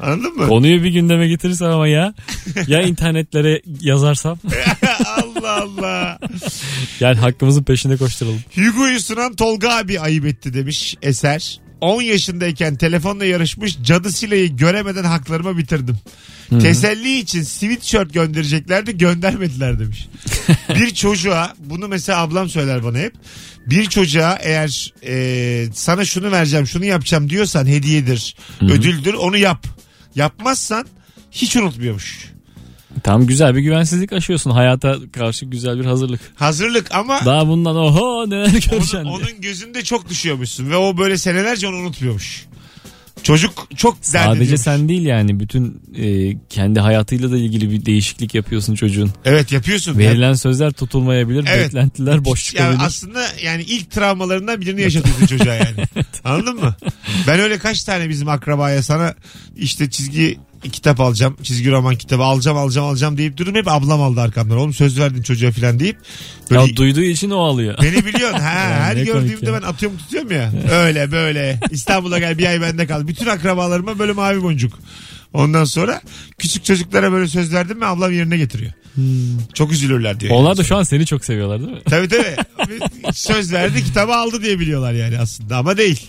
Speaker 2: Anladın mı?
Speaker 3: Konuyu bir gündeme getirirsen ama ya. Ya internetlere yazarsam.
Speaker 2: Allah Allah.
Speaker 3: Yani hakkımızın peşinde koşturalım.
Speaker 2: Hugo'yu sunan Tolga abi ayıp etti demiş Eser. 10 yaşındayken telefonla yarışmış cadı sileyi göremeden haklarımı bitirdim. Teselli için sweatshirt göndereceklerdi göndermediler demiş. bir çocuğa bunu mesela ablam söyler bana hep. Bir çocuğa eğer e, sana şunu vereceğim şunu yapacağım diyorsan hediyedir ödüldür onu yap. Yapmazsan hiç unutmuyormuş.
Speaker 3: Tam güzel bir güvensizlik aşıyorsun. Hayata karşı güzel bir hazırlık.
Speaker 2: Hazırlık ama
Speaker 3: Daha bundan oho neler
Speaker 2: onun,
Speaker 3: göreceksin diye.
Speaker 2: onun gözünde çok düşüyormuşsun ve o böyle senelerce onu unutmuyormuş. Çocuk çok dert
Speaker 3: Sadece
Speaker 2: ediyormuş.
Speaker 3: sen değil yani bütün e, kendi hayatıyla da ilgili bir değişiklik yapıyorsun çocuğun.
Speaker 2: Evet yapıyorsun. Ya-
Speaker 3: Verilen sözler tutulmayabilir,
Speaker 2: Evet.
Speaker 3: beklentiler boş
Speaker 2: Ya
Speaker 3: çıkabilir.
Speaker 2: aslında yani ilk travmalarından birini yaşatıyorsun çocuğa yani. Anladın mı? Ben öyle kaç tane bizim akrabaya sana işte çizgi kitap alacağım, çizgi roman kitabı alacağım, alacağım, alacağım deyip durdum. Hep ablam aldı arkamdan. Oğlum söz verdin çocuğa falan deyip. Böyle
Speaker 3: ya duyduğu için o alıyor.
Speaker 2: Beni biliyorsun. Ha, her
Speaker 3: ne komik
Speaker 2: gördüğümde
Speaker 3: ya.
Speaker 2: ben atıyorum tutuyorum ya. Öyle böyle. İstanbul'a gel bir ay bende kal. Bütün akrabalarıma böyle mavi boncuk. Ondan sonra küçük çocuklara böyle söz verdim mi ablam yerine getiriyor.
Speaker 3: Hmm.
Speaker 2: Çok üzülürler diyor.
Speaker 3: Onlar da şu an seni çok seviyorlar değil mi?
Speaker 2: Tabii tabii. söz verdi kitabı aldı diye biliyorlar yani aslında ama değil.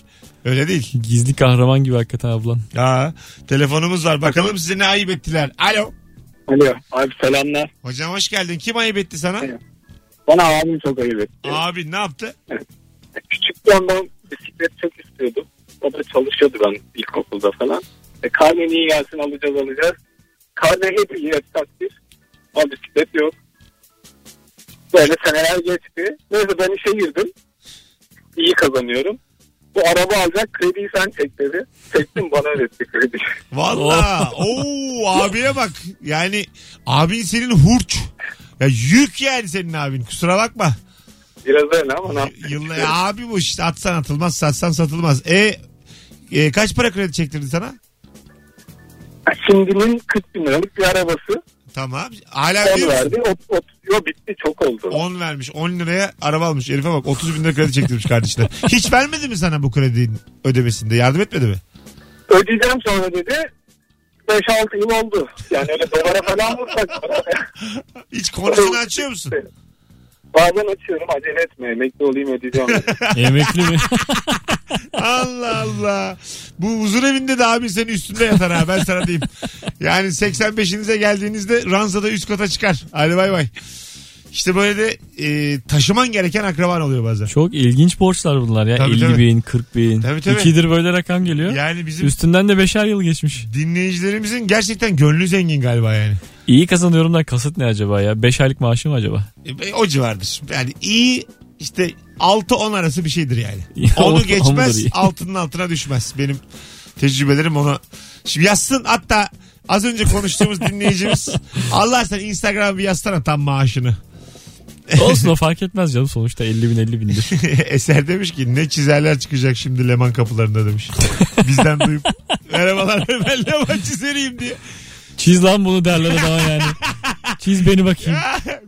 Speaker 2: Öyle değil.
Speaker 3: Gizli kahraman gibi hakikaten ablan.
Speaker 2: Ha, telefonumuz var. Bakalım size ne ayıp ettiler. Alo.
Speaker 5: Alo abi selamlar.
Speaker 2: Hocam hoş geldin. Kim ayıp etti sana?
Speaker 5: Bana abim çok ayıp etti.
Speaker 2: Abi ne yaptı?
Speaker 5: Küçükken ben bisiklet çok istiyordum. O da çalışıyordu ben ilkokulda falan. E, karne niye gelsin alacağız alacağız. Karne hep iyi takdir. Ama bisiklet yok. Böyle seneler geçti. Neyse ben işe girdim. İyi kazanıyorum. Bu araba alacak krediyi sen çek dedi. Çektim bana ödetti kredi.
Speaker 2: Valla. Oo abiye bak. Yani abin senin hurç. Ya yük yani senin abin. Kusura bakma.
Speaker 5: Biraz öyle ama ne yapayım.
Speaker 2: Yıllar abi bu işte atsan atılmaz, satsan satılmaz. E, e, kaç para kredi çektirdi sana?
Speaker 5: Şimdinin 40 bin liralık bir arabası.
Speaker 2: Tamam. Hala
Speaker 5: 10
Speaker 2: ödüyor musun?
Speaker 5: verdi. Ot, ot, yo bitti çok oldu.
Speaker 2: 10 vermiş. 10 liraya araba almış. Herife bak 30 bin lira kredi çektirmiş kardeşine. Hiç vermedi mi sana bu kredinin ödemesinde? Yardım etmedi mi?
Speaker 5: ödeyeceğim sonra dedi. 5-6 yıl oldu. Yani öyle dolara falan vursak.
Speaker 2: Hiç konusunu açıyor musun?
Speaker 5: Bazen açıyorum acele etme emekli olayım ödeyeceğim.
Speaker 3: Emekli mi?
Speaker 2: Allah Allah. Bu huzur evinde de abin senin üstünde yatar ha ben sana diyeyim. Yani 85'inize geldiğinizde Ransa'da üst kata çıkar. Hadi bay bay. İşte böyle de e, taşıman gereken akraban oluyor bazen.
Speaker 3: Çok ilginç borçlar bunlar ya.
Speaker 2: Tabii,
Speaker 3: 50
Speaker 2: tabii.
Speaker 3: bin, 40 bin.
Speaker 2: Tabii, tabii.
Speaker 3: İkidir böyle rakam geliyor.
Speaker 2: Yani bizim
Speaker 3: Üstünden de beşer yıl geçmiş.
Speaker 2: dinleyicilerimizin gerçekten gönlü zengin galiba yani.
Speaker 3: İyi kazanıyorumdan kasıt ne acaba ya? 5 aylık maaşı mı acaba?
Speaker 2: E, o civardır. Yani iyi işte 6-10 arası bir şeydir yani.
Speaker 3: Ya,
Speaker 2: Onu
Speaker 3: on- ondur
Speaker 2: geçmez
Speaker 3: iyi.
Speaker 2: altının altına düşmez. Benim tecrübelerim ona. Şimdi yazsın hatta az önce konuştuğumuz dinleyicimiz Allah sen Instagram'a bir yazsana tam maaşını.
Speaker 3: Olsun o fark etmez canım sonuçta 50 bin 50 bindir.
Speaker 2: Eser demiş ki ne çizerler çıkacak şimdi Leman kapılarında demiş. Bizden duyup merhabalar ben Leman çizeriyim diye.
Speaker 3: Çiz lan bunu derler adama yani. Çiz beni bakayım.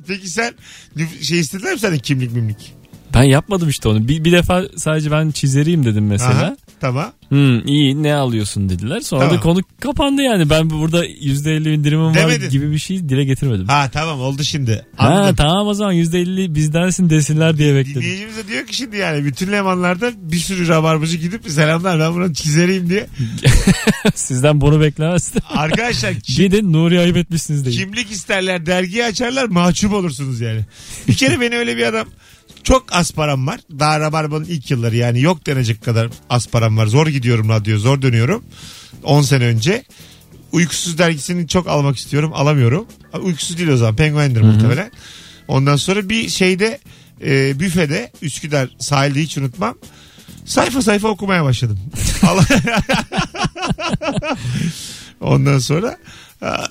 Speaker 2: Peki sen nüf- şey istediler mi senden kimlik mimlik?
Speaker 3: Ben yapmadım işte onu. Bir, bir defa sadece ben çizeriyim dedim mesela.
Speaker 2: Aha, tamam.
Speaker 3: Hmm, iyi ne alıyorsun dediler. Sonra
Speaker 2: Tamam.
Speaker 3: da konu kapandı yani. Ben burada %50 indirimim
Speaker 2: Demedin.
Speaker 3: var gibi bir şey dile getirmedim.
Speaker 2: Ha tamam oldu şimdi.
Speaker 3: Ha,
Speaker 2: Anladım.
Speaker 3: tamam o zaman %50 bizdensin desinler diye bekledim.
Speaker 2: Dinleyicimiz de diyor ki şimdi yani bütün Lemanlarda bir sürü rabarbacı gidip selamlar ben bunu çizereyim diye.
Speaker 3: Sizden bunu beklemezdim.
Speaker 2: Arkadaşlar kim-
Speaker 3: Gidin Nuri ayıp etmişsiniz deyin.
Speaker 2: kimlik isterler dergiyi açarlar mahcup olursunuz yani. Bir kere beni öyle bir adam çok az param var. Daha rabarbanın ilk yılları yani yok denecek kadar az param var. Zor gidiyorum radyo zor dönüyorum. 10 sene önce. Uykusuz dergisini çok almak istiyorum alamıyorum. Uykusuz değil o zaman penguendir muhtemelen. Ondan sonra bir şeyde e, büfede Üsküdar sahilde hiç unutmam. Sayfa sayfa okumaya başladım. Allah- Ondan sonra a-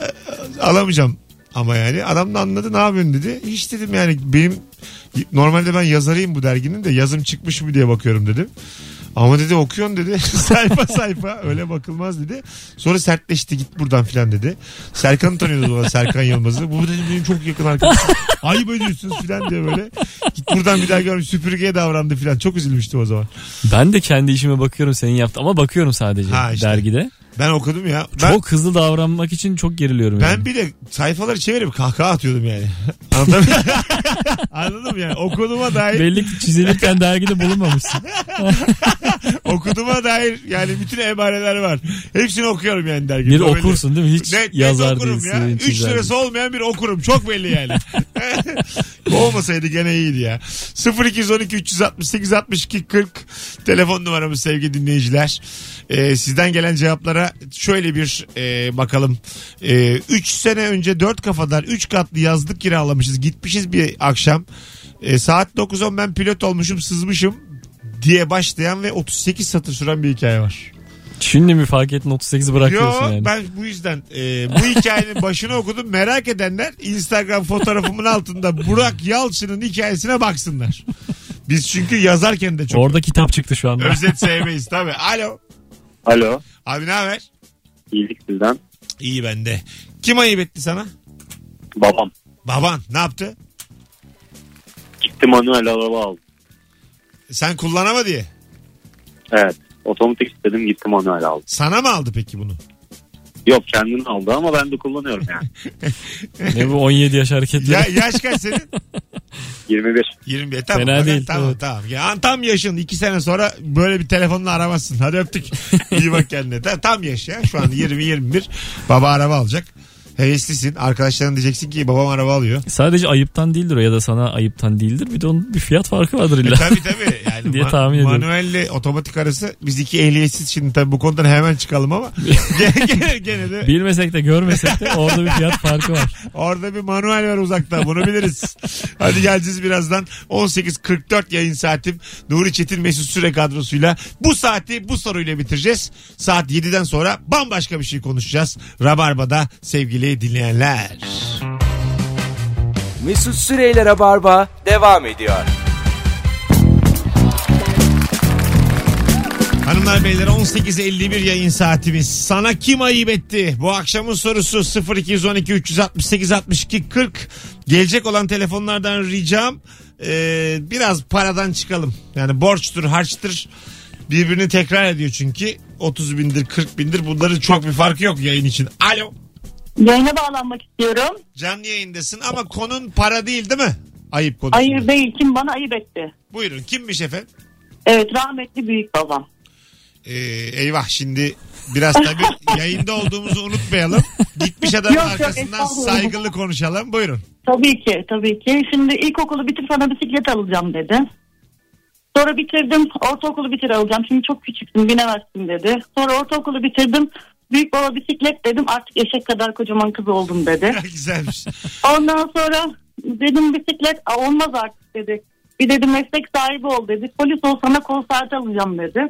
Speaker 2: alamayacağım ama yani adam da anladı ne yapıyorsun dedi. Hiç dedim yani benim normalde ben yazarıyım bu derginin de yazım çıkmış mı diye bakıyorum dedim. Ama dedi okuyorsun dedi. sayfa sayfa öyle bakılmaz dedi. Sonra sertleşti git buradan filan dedi. Serkan'ı tanıyordu ona Serkan Yılmaz'ı. Bu dedi benim çok yakın arkadaşım. Ayıp ediyorsunuz filan diye böyle. Git buradan bir daha görmüş süpürgeye davrandı filan. Çok üzülmüştüm o zaman.
Speaker 3: Ben de kendi işime bakıyorum senin yaptığın ama bakıyorum sadece
Speaker 2: Ha işte.
Speaker 3: dergide.
Speaker 2: Ben okudum ya. Ben,
Speaker 3: Çok hızlı davranmak için çok geriliyorum yani.
Speaker 2: ben bir de sayfaları çevirip kahkaha atıyordum yani. Anladın mı? Anladın mı yani? Okuduğuma dair
Speaker 3: Belli ki çizilirken dergide bulunmamışsın.
Speaker 2: okuduğuma dair yani bütün emareler var. Hepsini okuyorum yani dergide.
Speaker 3: Bir
Speaker 2: O belli.
Speaker 3: okursun değil mi? Hiç
Speaker 2: Net, net
Speaker 3: yazar
Speaker 2: okurum
Speaker 3: değilsin.
Speaker 2: ya. 3
Speaker 3: çizer
Speaker 2: lirası olmayan bir okurum. Çok belli yani. Olmasaydı gene iyiydi ya. 0212 368 62 40 telefon numaramız sevgili dinleyiciler. Ee, sizden gelen cevaplara şöyle bir e, bakalım. 3 sene önce 4 kafadan 3 katlı yazlık kiralamışız. Gitmişiz bir akşam. Ee, saat 9.10 ben pilot olmuşum sızmışım diye başlayan ve 38 satır süren bir hikaye var.
Speaker 3: değil. Şimdi mi fark ettin 38'i bırakıyorsun
Speaker 2: Yo,
Speaker 3: yani.
Speaker 2: ben bu yüzden e, bu hikayenin başını okudum. Merak edenler Instagram fotoğrafımın altında Burak Yalçın'ın hikayesine baksınlar. Biz çünkü yazarken de çok
Speaker 3: Orada kitap çıktı şu anda.
Speaker 2: özet sevmeyiz tabii. Alo.
Speaker 5: Alo.
Speaker 2: Abi ne haber?
Speaker 5: İyilik sizden.
Speaker 2: İyi bende. Kim ayıp etti sana?
Speaker 5: Babam.
Speaker 2: Baban ne yaptı?
Speaker 5: Gitti manuel araba aldı.
Speaker 2: Sen kullanama diye.
Speaker 5: Evet. Otomatik istedim gitti manuel aldı.
Speaker 2: Sana mı aldı peki bunu?
Speaker 5: Yok kendini aldı ama ben de kullanıyorum yani.
Speaker 3: ne bu 17 yaş hareketleri.
Speaker 2: Ya, yaş kaç senin?
Speaker 5: 21.
Speaker 2: 21. Tamam,
Speaker 3: Fena
Speaker 2: Fena
Speaker 3: değil.
Speaker 2: Tamam
Speaker 3: Evet.
Speaker 2: tamam. Ya, tam yaşın. iki sene sonra böyle bir telefonla aramazsın. Hadi öptük. İyi bak kendine. Ta- tam yaş ya. Şu an 20-21. Baba araba alacak. Heveslisin. Arkadaşlarına diyeceksin ki babam araba alıyor.
Speaker 3: Sadece ayıptan değildir o ya da sana ayıptan değildir. Bir de onun bir fiyat farkı vardır illa.
Speaker 2: Tabii tabii. Yani
Speaker 3: Diye
Speaker 2: ma-
Speaker 3: tahmin ediyorum.
Speaker 2: Manuelle otomatik arası. Biz iki ehliyetsiz şimdi tabii bu konudan hemen çıkalım ama. gene, gene, gene de
Speaker 3: Bilmesek de görmesek de orada bir fiyat farkı var.
Speaker 2: Orada bir manuel var uzakta bunu biliriz. Hadi geleceğiz birazdan. 18.44 yayın saatim. Nuri Çetin Mesut Süre kadrosuyla bu saati bu soruyla bitireceğiz. Saat 7'den sonra bambaşka bir şey konuşacağız. Rabarba'da sevgili dinleyenler.
Speaker 1: Mesut Süreyler'e barba devam ediyor.
Speaker 2: Hanımlar beyler 18.51 yayın saatimiz. Sana kim ayıp etti? Bu akşamın sorusu 0212 368 62 40. Gelecek olan telefonlardan ricam e, biraz paradan çıkalım. Yani borçtur harçtır birbirini tekrar ediyor çünkü. 30 bindir 40 bindir bunların çok bir farkı yok yayın için. Alo
Speaker 7: Yayına bağlanmak istiyorum.
Speaker 2: canlı yayındasın ama konun para değil değil mi? Ayıp konusu.
Speaker 7: Hayır değil kim bana ayıp etti.
Speaker 2: Buyurun kimmiş efendim?
Speaker 7: Evet rahmetli büyük babam.
Speaker 2: Ee, eyvah şimdi biraz tabii yayında olduğumuzu unutmayalım. Gitmiş adamın
Speaker 7: Yok, yok,
Speaker 2: arkasından
Speaker 7: estağfurullah.
Speaker 2: saygılı konuşalım. Buyurun.
Speaker 7: Tabii ki tabii ki. Şimdi ilkokulu bitir sana bisiklet alacağım dedi. Sonra bitirdim ortaokulu bitir alacağım. Şimdi çok küçüksün binemezsin dedi. Sonra ortaokulu bitirdim. Büyük baba bisiklet dedim artık eşek kadar kocaman kız oldum dedi.
Speaker 2: Güzelmiş.
Speaker 7: Ondan sonra dedim bisiklet "Aa, olmaz artık dedi. Bir dedi meslek sahibi ol dedi. Polis ol sana kol saati alacağım dedi.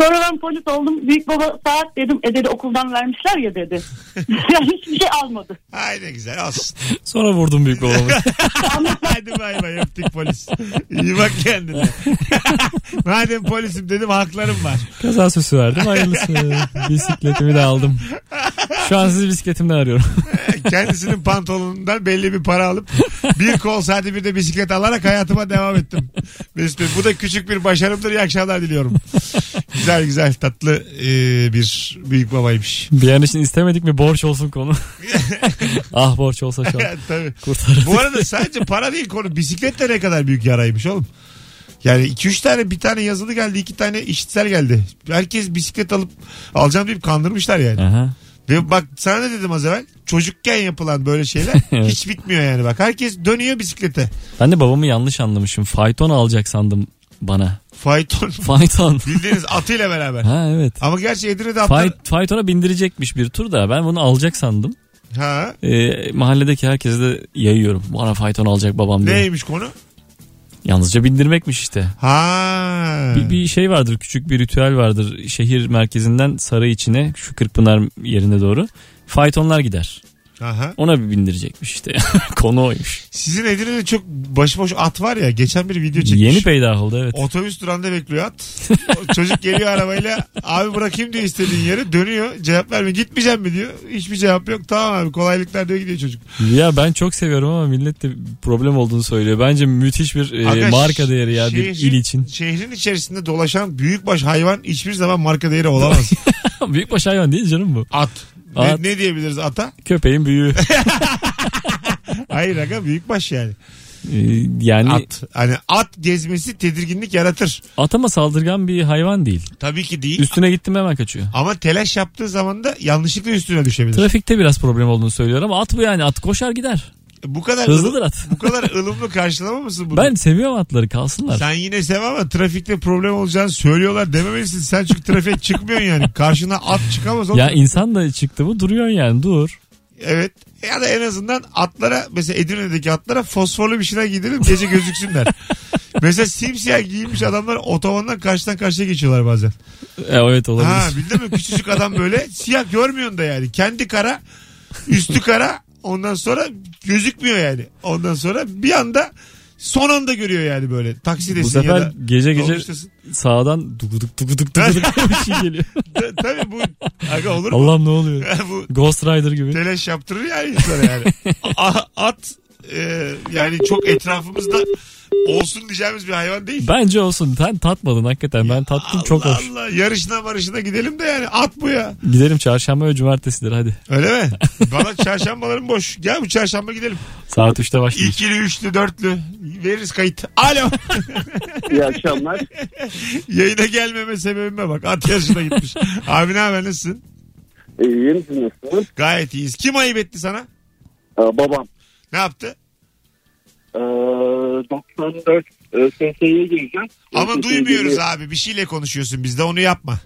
Speaker 7: Sonra ben polis oldum. Büyük baba saat dedim. E dedi okuldan vermişler ya dedi. yani hiçbir şey almadı.
Speaker 2: Ay ne güzel olsun.
Speaker 3: Sonra vurdum büyük babamı.
Speaker 2: Hadi bay bay öptük polis. İyi bak kendine. Madem polisim dedim haklarım var.
Speaker 3: Kaza süsü verdim hayırlısı. Bisikletimi de aldım. Şu an sizi bisikletimden arıyorum.
Speaker 2: Kendisinin pantolonundan belli bir para alıp bir kol saati bir de bisiklet alarak hayatıma devam ettim. Mesut Bey, bu da küçük bir başarımdır. İyi akşamlar diliyorum. Güzel güzel tatlı e, bir büyük babaymış.
Speaker 3: bir an için istemedik mi borç olsun konu. ah borç olsa şu an
Speaker 2: Tabii.
Speaker 3: kurtarırdık.
Speaker 2: Bu arada sadece para değil konu. Bisiklet de ne kadar büyük yaraymış oğlum. Yani 2-3 tane bir tane yazılı geldi iki tane işitsel geldi. Herkes bisiklet alıp alacağım deyip kandırmışlar yani.
Speaker 3: Aha.
Speaker 2: Ve bak sana ne dedim az evvel? Çocukken yapılan böyle şeyler
Speaker 3: Evet.
Speaker 2: hiç bitmiyor yani bak. Herkes dönüyor bisiklete.
Speaker 3: Ben de babamı yanlış anlamışım. Fayton alacak sandım bana.
Speaker 2: Fayton.
Speaker 3: Fayton.
Speaker 2: Bildiğiniz atıyla beraber.
Speaker 3: ha evet.
Speaker 2: Ama gerçi Edirne'de atlar...
Speaker 3: Fay, faytona bindirecekmiş bir tur da ben bunu alacak sandım.
Speaker 2: Ha.
Speaker 3: Ee, mahalledeki herkese de yayıyorum. Bana fayton alacak babam diye.
Speaker 2: Neymiş konu?
Speaker 3: Yalnızca bindirmekmiş işte.
Speaker 2: Ha.
Speaker 3: Bir, bir şey vardır küçük bir ritüel vardır şehir merkezinden saray içine şu Kırkpınar yerine doğru faytonlar gider.
Speaker 2: Aha.
Speaker 3: Ona bir bindirecekmiş işte. Konu oymuş.
Speaker 2: Sizin Edirne'de çok başıboş at var ya. Geçen bir video çekmiş.
Speaker 3: Yeni peydah oldu evet.
Speaker 2: Otobüs durağında bekliyor at. O Çocuk geliyor arabayla. Abi bırakayım diyor istediğin yere. Dönüyor. Cevap verme. Gitmeyeceğim mi diyor. Hiçbir cevap yok. Tamam abi kolaylıklar diyor gidiyor çocuk.
Speaker 3: Ya ben çok seviyorum ama millet de problem olduğunu söylüyor. Bence müthiş bir e,
Speaker 2: Arkadaş,
Speaker 3: marka değeri ya bir
Speaker 2: şehrin-
Speaker 3: il için.
Speaker 2: Şehrin içerisinde dolaşan büyükbaş hayvan hiçbir zaman marka değeri olamaz.
Speaker 3: Büyükbaş hayvan değil canım bu.
Speaker 2: At. Ne,
Speaker 3: At.
Speaker 2: ne diyebiliriz ata?
Speaker 3: Köpeğin büyüğü.
Speaker 2: Hayır aga büyükbaş yani.
Speaker 3: E, yani
Speaker 2: At. Hani at gezmesi tedirginlik yaratır.
Speaker 3: atama saldırgan bir hayvan değil.
Speaker 2: Tabii ki değil.
Speaker 3: Üstüne gittim hemen kaçıyor.
Speaker 2: Ama telaş yaptığı zaman da yanlışlıkla üstüne düşebilir.
Speaker 3: Trafikte biraz problem olduğunu söylüyor ama at bu yani at koşar gider.
Speaker 2: bu kadar
Speaker 3: Hızlıdır at.
Speaker 2: bu kadar ılımlı karşılamamışsın bunu.
Speaker 3: Ben seviyorum atları kalsınlar.
Speaker 2: Sen yine sev ama trafikte problem olacağını söylüyorlar dememelisin. Sen çünkü trafiğe çıkmıyorsun yani. Karşına at çıkamaz. oğlum.
Speaker 3: Ya insan da çıktı mı duruyorsun yani dur.
Speaker 2: Evet. Ya da en azından atlara mesela Edirne'deki atlara fosforlu bir şeyler giydirelim gece gözüksünler. mesela simsiyah giymiş adamlar otobandan karşıdan karşıya geçiyorlar bazen.
Speaker 3: E, evet olabilir.
Speaker 2: Ha bildin mi? Küçücük adam böyle siyah görmüyorsun da yani. Kendi kara, üstü kara ondan sonra gözükmüyor yani. Ondan sonra bir anda son anda görüyor yani böyle. Taksidesin
Speaker 3: bu
Speaker 2: ya
Speaker 3: sefer
Speaker 2: da
Speaker 3: gece gece
Speaker 2: dolmuştasın.
Speaker 3: sağdan duguduk duguduk duguduk bir şey geliyor.
Speaker 2: Ta- Tabii bu aga olur mu?
Speaker 3: Allah'ım ne oluyor?
Speaker 2: bu
Speaker 3: Ghost Rider gibi.
Speaker 2: telaş yaptırır yani insana yani. A- at e, yani çok etrafımızda olsun diyeceğimiz bir hayvan değil.
Speaker 3: Bence olsun. Sen tatmadın hakikaten. Ben tattım çok
Speaker 2: Allah
Speaker 3: hoş.
Speaker 2: Allah yarışına marışına gidelim de yani at bu ya.
Speaker 3: Gidelim çarşamba ve cumartesidir hadi.
Speaker 2: Öyle mi? Bana çarşambalarım boş. Gel bu çarşamba gidelim.
Speaker 3: Saat 3'te başlıyor.
Speaker 2: İkili, üçlü, dörtlü. Veririz kayıt. Alo.
Speaker 4: İyi akşamlar.
Speaker 2: Yayına gelmeme sebebime bak. At yarışına gitmiş. Abi ne haber nasılsın?
Speaker 4: İyiyim siz nasılsınız?
Speaker 2: Gayet iyiyiz. Kim ayıp etti sana?
Speaker 4: Ee, babam.
Speaker 2: Ne yaptı?
Speaker 4: Ee, 94 e, SS'ye gireceğim.
Speaker 2: Ama
Speaker 4: SS'ye
Speaker 2: duymuyoruz
Speaker 4: giriyor-
Speaker 2: abi. Bir şeyle konuşuyorsun bizde. Onu yapma.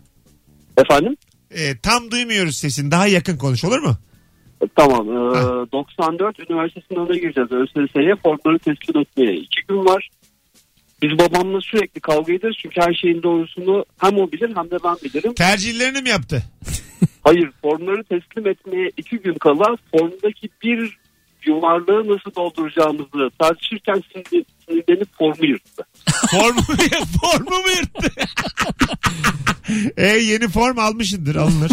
Speaker 4: Efendim?
Speaker 2: Ee, tam duymuyoruz sesini. Daha yakın konuş olur mu?
Speaker 4: E, Tamam. Ee, 94 üniversite sınavına gireceğiz. E, ÖSS'ye formları tespit etmeye. iki gün var. Biz babamla sürekli kavga ederiz. Çünkü her şeyin doğrusunu hem o bilir hem de ben bilirim.
Speaker 2: Tercihlerini mi yaptı?
Speaker 4: Hayır formları teslim etmeye iki gün kala formdaki bir yuvarlığı nasıl dolduracağımızı tartışırken sinir- sinirlenip formu yırttı.
Speaker 2: Formu, formu mu yırttı? e, yeni form almışındır. Alınır.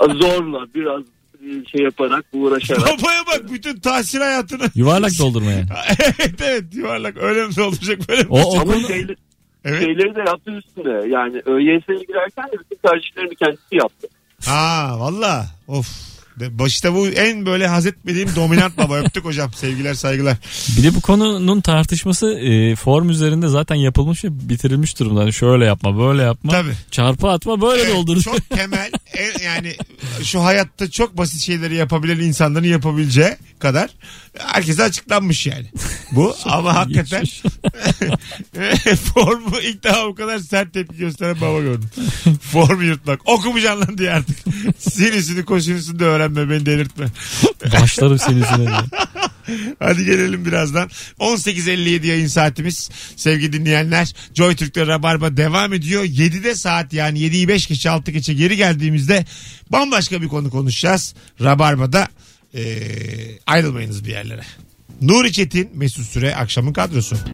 Speaker 4: Zorla biraz e, şey yaparak uğraşarak.
Speaker 2: Babaya bak bütün tahsil hayatını.
Speaker 3: Yuvarlak doldurmaya.
Speaker 2: evet evet yuvarlak. Öyle mi olacak böyle mi?
Speaker 3: O, o
Speaker 4: Ama
Speaker 3: konu-
Speaker 4: şeyle-
Speaker 2: Evet.
Speaker 4: şeyleri de yaptı üstüne. Yani ÖYS'ye girerken de bütün tercihlerini kendisi yaptı.
Speaker 2: Ha valla. Of. De- Başta bu en böyle haz etmediğim dominant baba. Öptük hocam. Sevgiler saygılar.
Speaker 3: bir de bu konunun tartışması e, form üzerinde zaten yapılmış ve bitirilmiş durumda. Hani şöyle yapma böyle yapma.
Speaker 2: Tabii.
Speaker 3: Çarpı atma böyle
Speaker 2: Evet,
Speaker 3: doldur.
Speaker 2: çok temel en- yani şu hayatta çok basit şeyleri yapabilen insanların yapabileceği kadar herkese açıklanmış yani. Bu ama hakikaten e, formu ilk defa bu kadar sert tepki gösteren baba gördüm. Formu yırtmak. Okumayacaksın lan diye artık. Sinisini kosinüsünü de öğrenme beni delirtme.
Speaker 3: Başlarım senin yüzüne. diye.
Speaker 2: Hadi gelelim birazdan. 18.57 yayın saatimiz. Sevgili dinleyenler Joy Türk'te Rabarba devam ediyor. 7'de saat yani 7'yi 5 geçe 6 geçe geri geldiğimizde bambaşka bir konu konuşacağız. Rabarba'da ee, ayrılmayınız bir yerlere. Nuri Çetin, Mesut Süre akşamın kadrosu.